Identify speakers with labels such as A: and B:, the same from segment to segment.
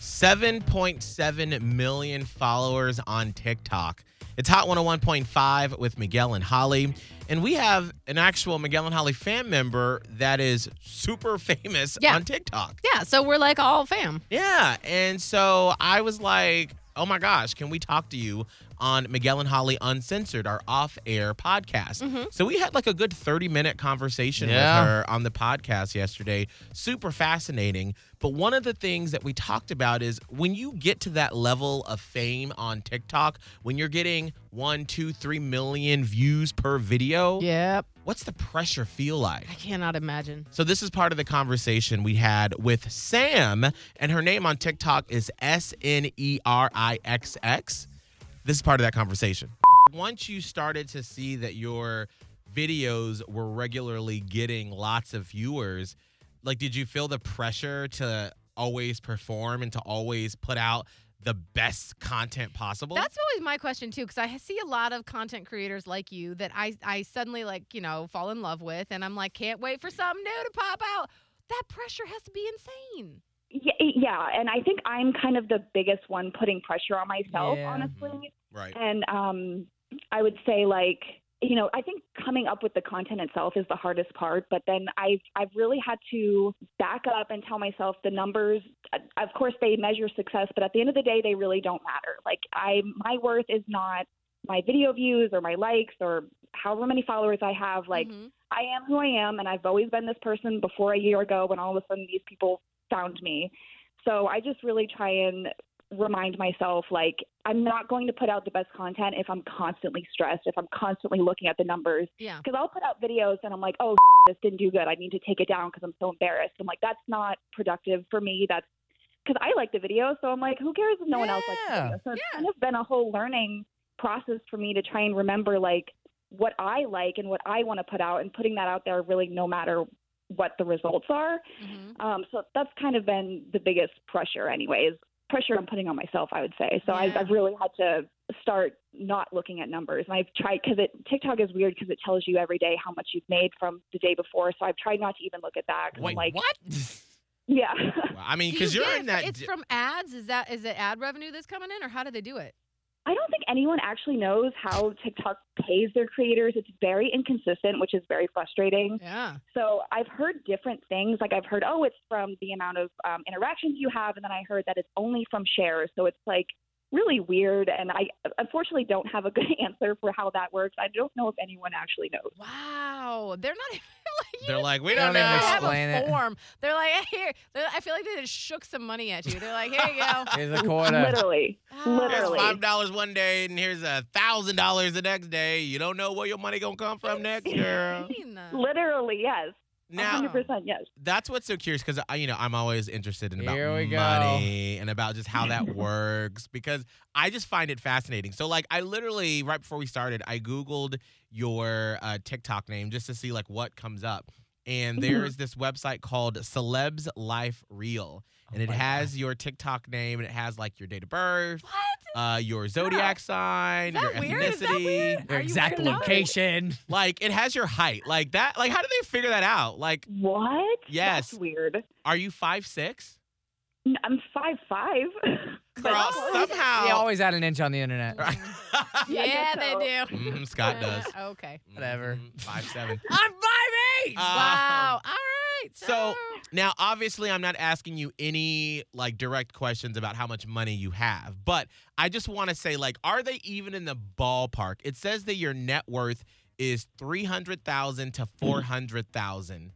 A: 7.7 million followers on TikTok. It's Hot 101.5 with Miguel and Holly. And we have an actual Miguel and Holly fan member that is super famous
B: Yeah.
A: on TikTok.
B: Yeah, so we're like all fam.
A: Yeah. And so I was like, oh my gosh, can we talk to you on Miguel and Holly Uncensored, our off air podcast? So we had like a good 30 minute conversation
C: Yeah.
A: with her on the podcast yesterday. Super fascinating. But one of the things that we talked about is when you get to that level of fame on TikTok, when you're getting one, two, three million views per video,
B: Yep.
A: what's the pressure feel like?
B: I cannot imagine.
A: So this is part of the conversation we had with Sam, and her name on TikTok is S N E R I X X. This is part of that conversation. Once you started to see that your videos were regularly getting lots of viewers, like did you feel the pressure to always perform and to always put out the best content possible?
B: That's always my question too, because I see a lot of content creators like you that I I suddenly like you know fall in love with, and I'm like can't wait for something new to pop out. That pressure has to be insane.
D: Yeah, yeah, and I think I'm kind of the biggest one putting pressure on myself,
B: Yeah.
D: honestly.
A: right.
D: And um, I would say like you know I think coming up with the content itself is the hardest part, but then I've I've really had to back up and tell myself the numbers. uh, Of course, they measure success, but at the end of the day, they really don't matter. Like I, my worth is not my video views or my likes or however many followers I have. Like
B: Mhm.
D: I am who I am, and I've always been this person before a year ago when all of a sudden these people found me. So I just really try and remind myself like I'm not going to put out the best content if I'm constantly stressed, if I'm constantly looking at the numbers.
B: yeah,
D: Because I'll put out videos and I'm like, oh, this didn't do good. I need to take it down because I'm so embarrassed. I'm like, that's not productive for me. That's because I like the video, so I'm like, who cares if no one else likes the
C: Yeah.
D: video? So it's
B: Yeah.
D: kind of been a whole learning process for me to try and remember like what I like and what I want to put out, and putting that out there really no matter what the results are.
B: hmm
D: Um, so that's kind of been the biggest pressure, anyways. Pressure I'm putting on myself, I would say. So I've,
B: Yeah.
D: I've really had to start not looking at numbers. And I've tried because it TikTok is weird because it tells you every day how much you've made from the day before. So I've tried not to even look at that. 'cause I'm
A: Wait,
D: like,
A: what?
D: Yeah.
A: Well, I mean,
B: Do
A: because
B: you
A: you're
B: get
A: in
B: it fr-
A: that.
B: It's
A: d-
B: from ads. Is that is it ad revenue that's coming in, or how do they do it?
D: I don't think anyone actually knows how TikTok pays their creators. It's very inconsistent, which is very frustrating.
B: Yeah.
D: So I've heard different things. Like I've heard, oh, it's from the amount of um, interactions you have, and then I heard that it's only from shares. So it's like really weird, and I unfortunately don't have a good answer for how that works. I don't know if anyone actually knows.
B: Wow. They're not even like you
A: they're
B: don't
A: like, we
B: They
A: don't,
C: don't even
A: know.
B: have
C: explain
B: a
C: it.
B: form. They're like, "Hey, here. They're- I feel like they just shook some money at you. They're like, here you go.
C: Here's a quarter.
D: Literally,
B: Oh.
A: Here's
D: literally.
A: five dollars one day, and here's a thousand dollars the next day. You don't know where your money gonna come from next, girl.
B: Insane.
D: literally, yes,
A: Uh. Now,
B: Uh-huh.
D: 100% yes.
A: that's what's so curious because I, you know, I'm always interested in about
C: Here we go.
A: money and about just how that works because I just find it fascinating. So, like, I literally right before we started, I googled your uh, TikTok name just to see like what comes up, and
C: Mm-hmm.
A: there
D: Mhm.
A: is this website called Celebs Life Real, and it
C: Oh my
A: has your TikTok name and it has like your date of birth,
B: What?
A: uh, your zodiac sign,
B: Is that
A: your
B: weird? Is that
A: ethnicity.
B: weird?
C: Your
B: Are you
C: exact
B: weird? No.
C: location.
A: Like it has your height. Like that like how do they figure that out? Like
D: What?
A: Yes.
D: That's weird.
A: are you five six?
D: N- I'm five five.
A: Girl,
C: They
A: somehow
C: always add an inch on the internet.
A: Right.
D: Yeah, I
B: Yeah,
D: guess
B: they do.
A: Mhm, Scott does.
B: okay.
C: Whatever.
A: Mhm, Five seven.
C: I'm five eight.
A: Uh,
B: wow. All right. So,
A: so- Now obviously I'm not asking you any like direct questions about how much money you have, but I just want to say like are they even in the ballpark? It says that your net worth is 300,000 to 400,000.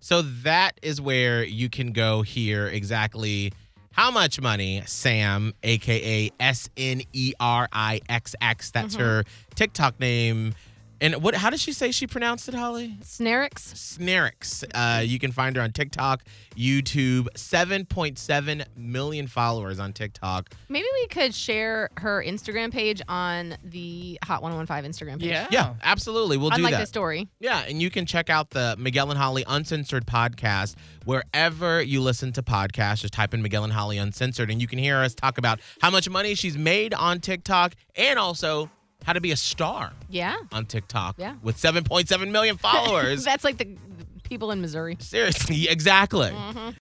A: So that is where you can go here exactly how much money Sam, aka S N E R I X X, that's
B: Mhm.
A: her TikTok name, And what? How did she say she pronounced it, Holly?
B: Snarix.
A: Snarix. Uh, you can find her on TikTok, YouTube, 7.7 million followers on TikTok.
B: Maybe we could share her Instagram page on the Hot 1015 Instagram page.
A: Yeah, absolutely. We'll do
B: Unlike
A: that.
B: the story.
A: Yeah, and you can check out the Miguel and Holly Uncensored podcast wherever you listen to podcasts. Just type in Miguel and Holly Uncensored, and you can hear us talk about how much money she's made on TikTok and also how to be a star
B: Yeah.
A: on TikTok
B: Yeah.
A: with 7.7 million followers.
B: That's like the the people in Missouri. Mm.
A: Seriously, exactly.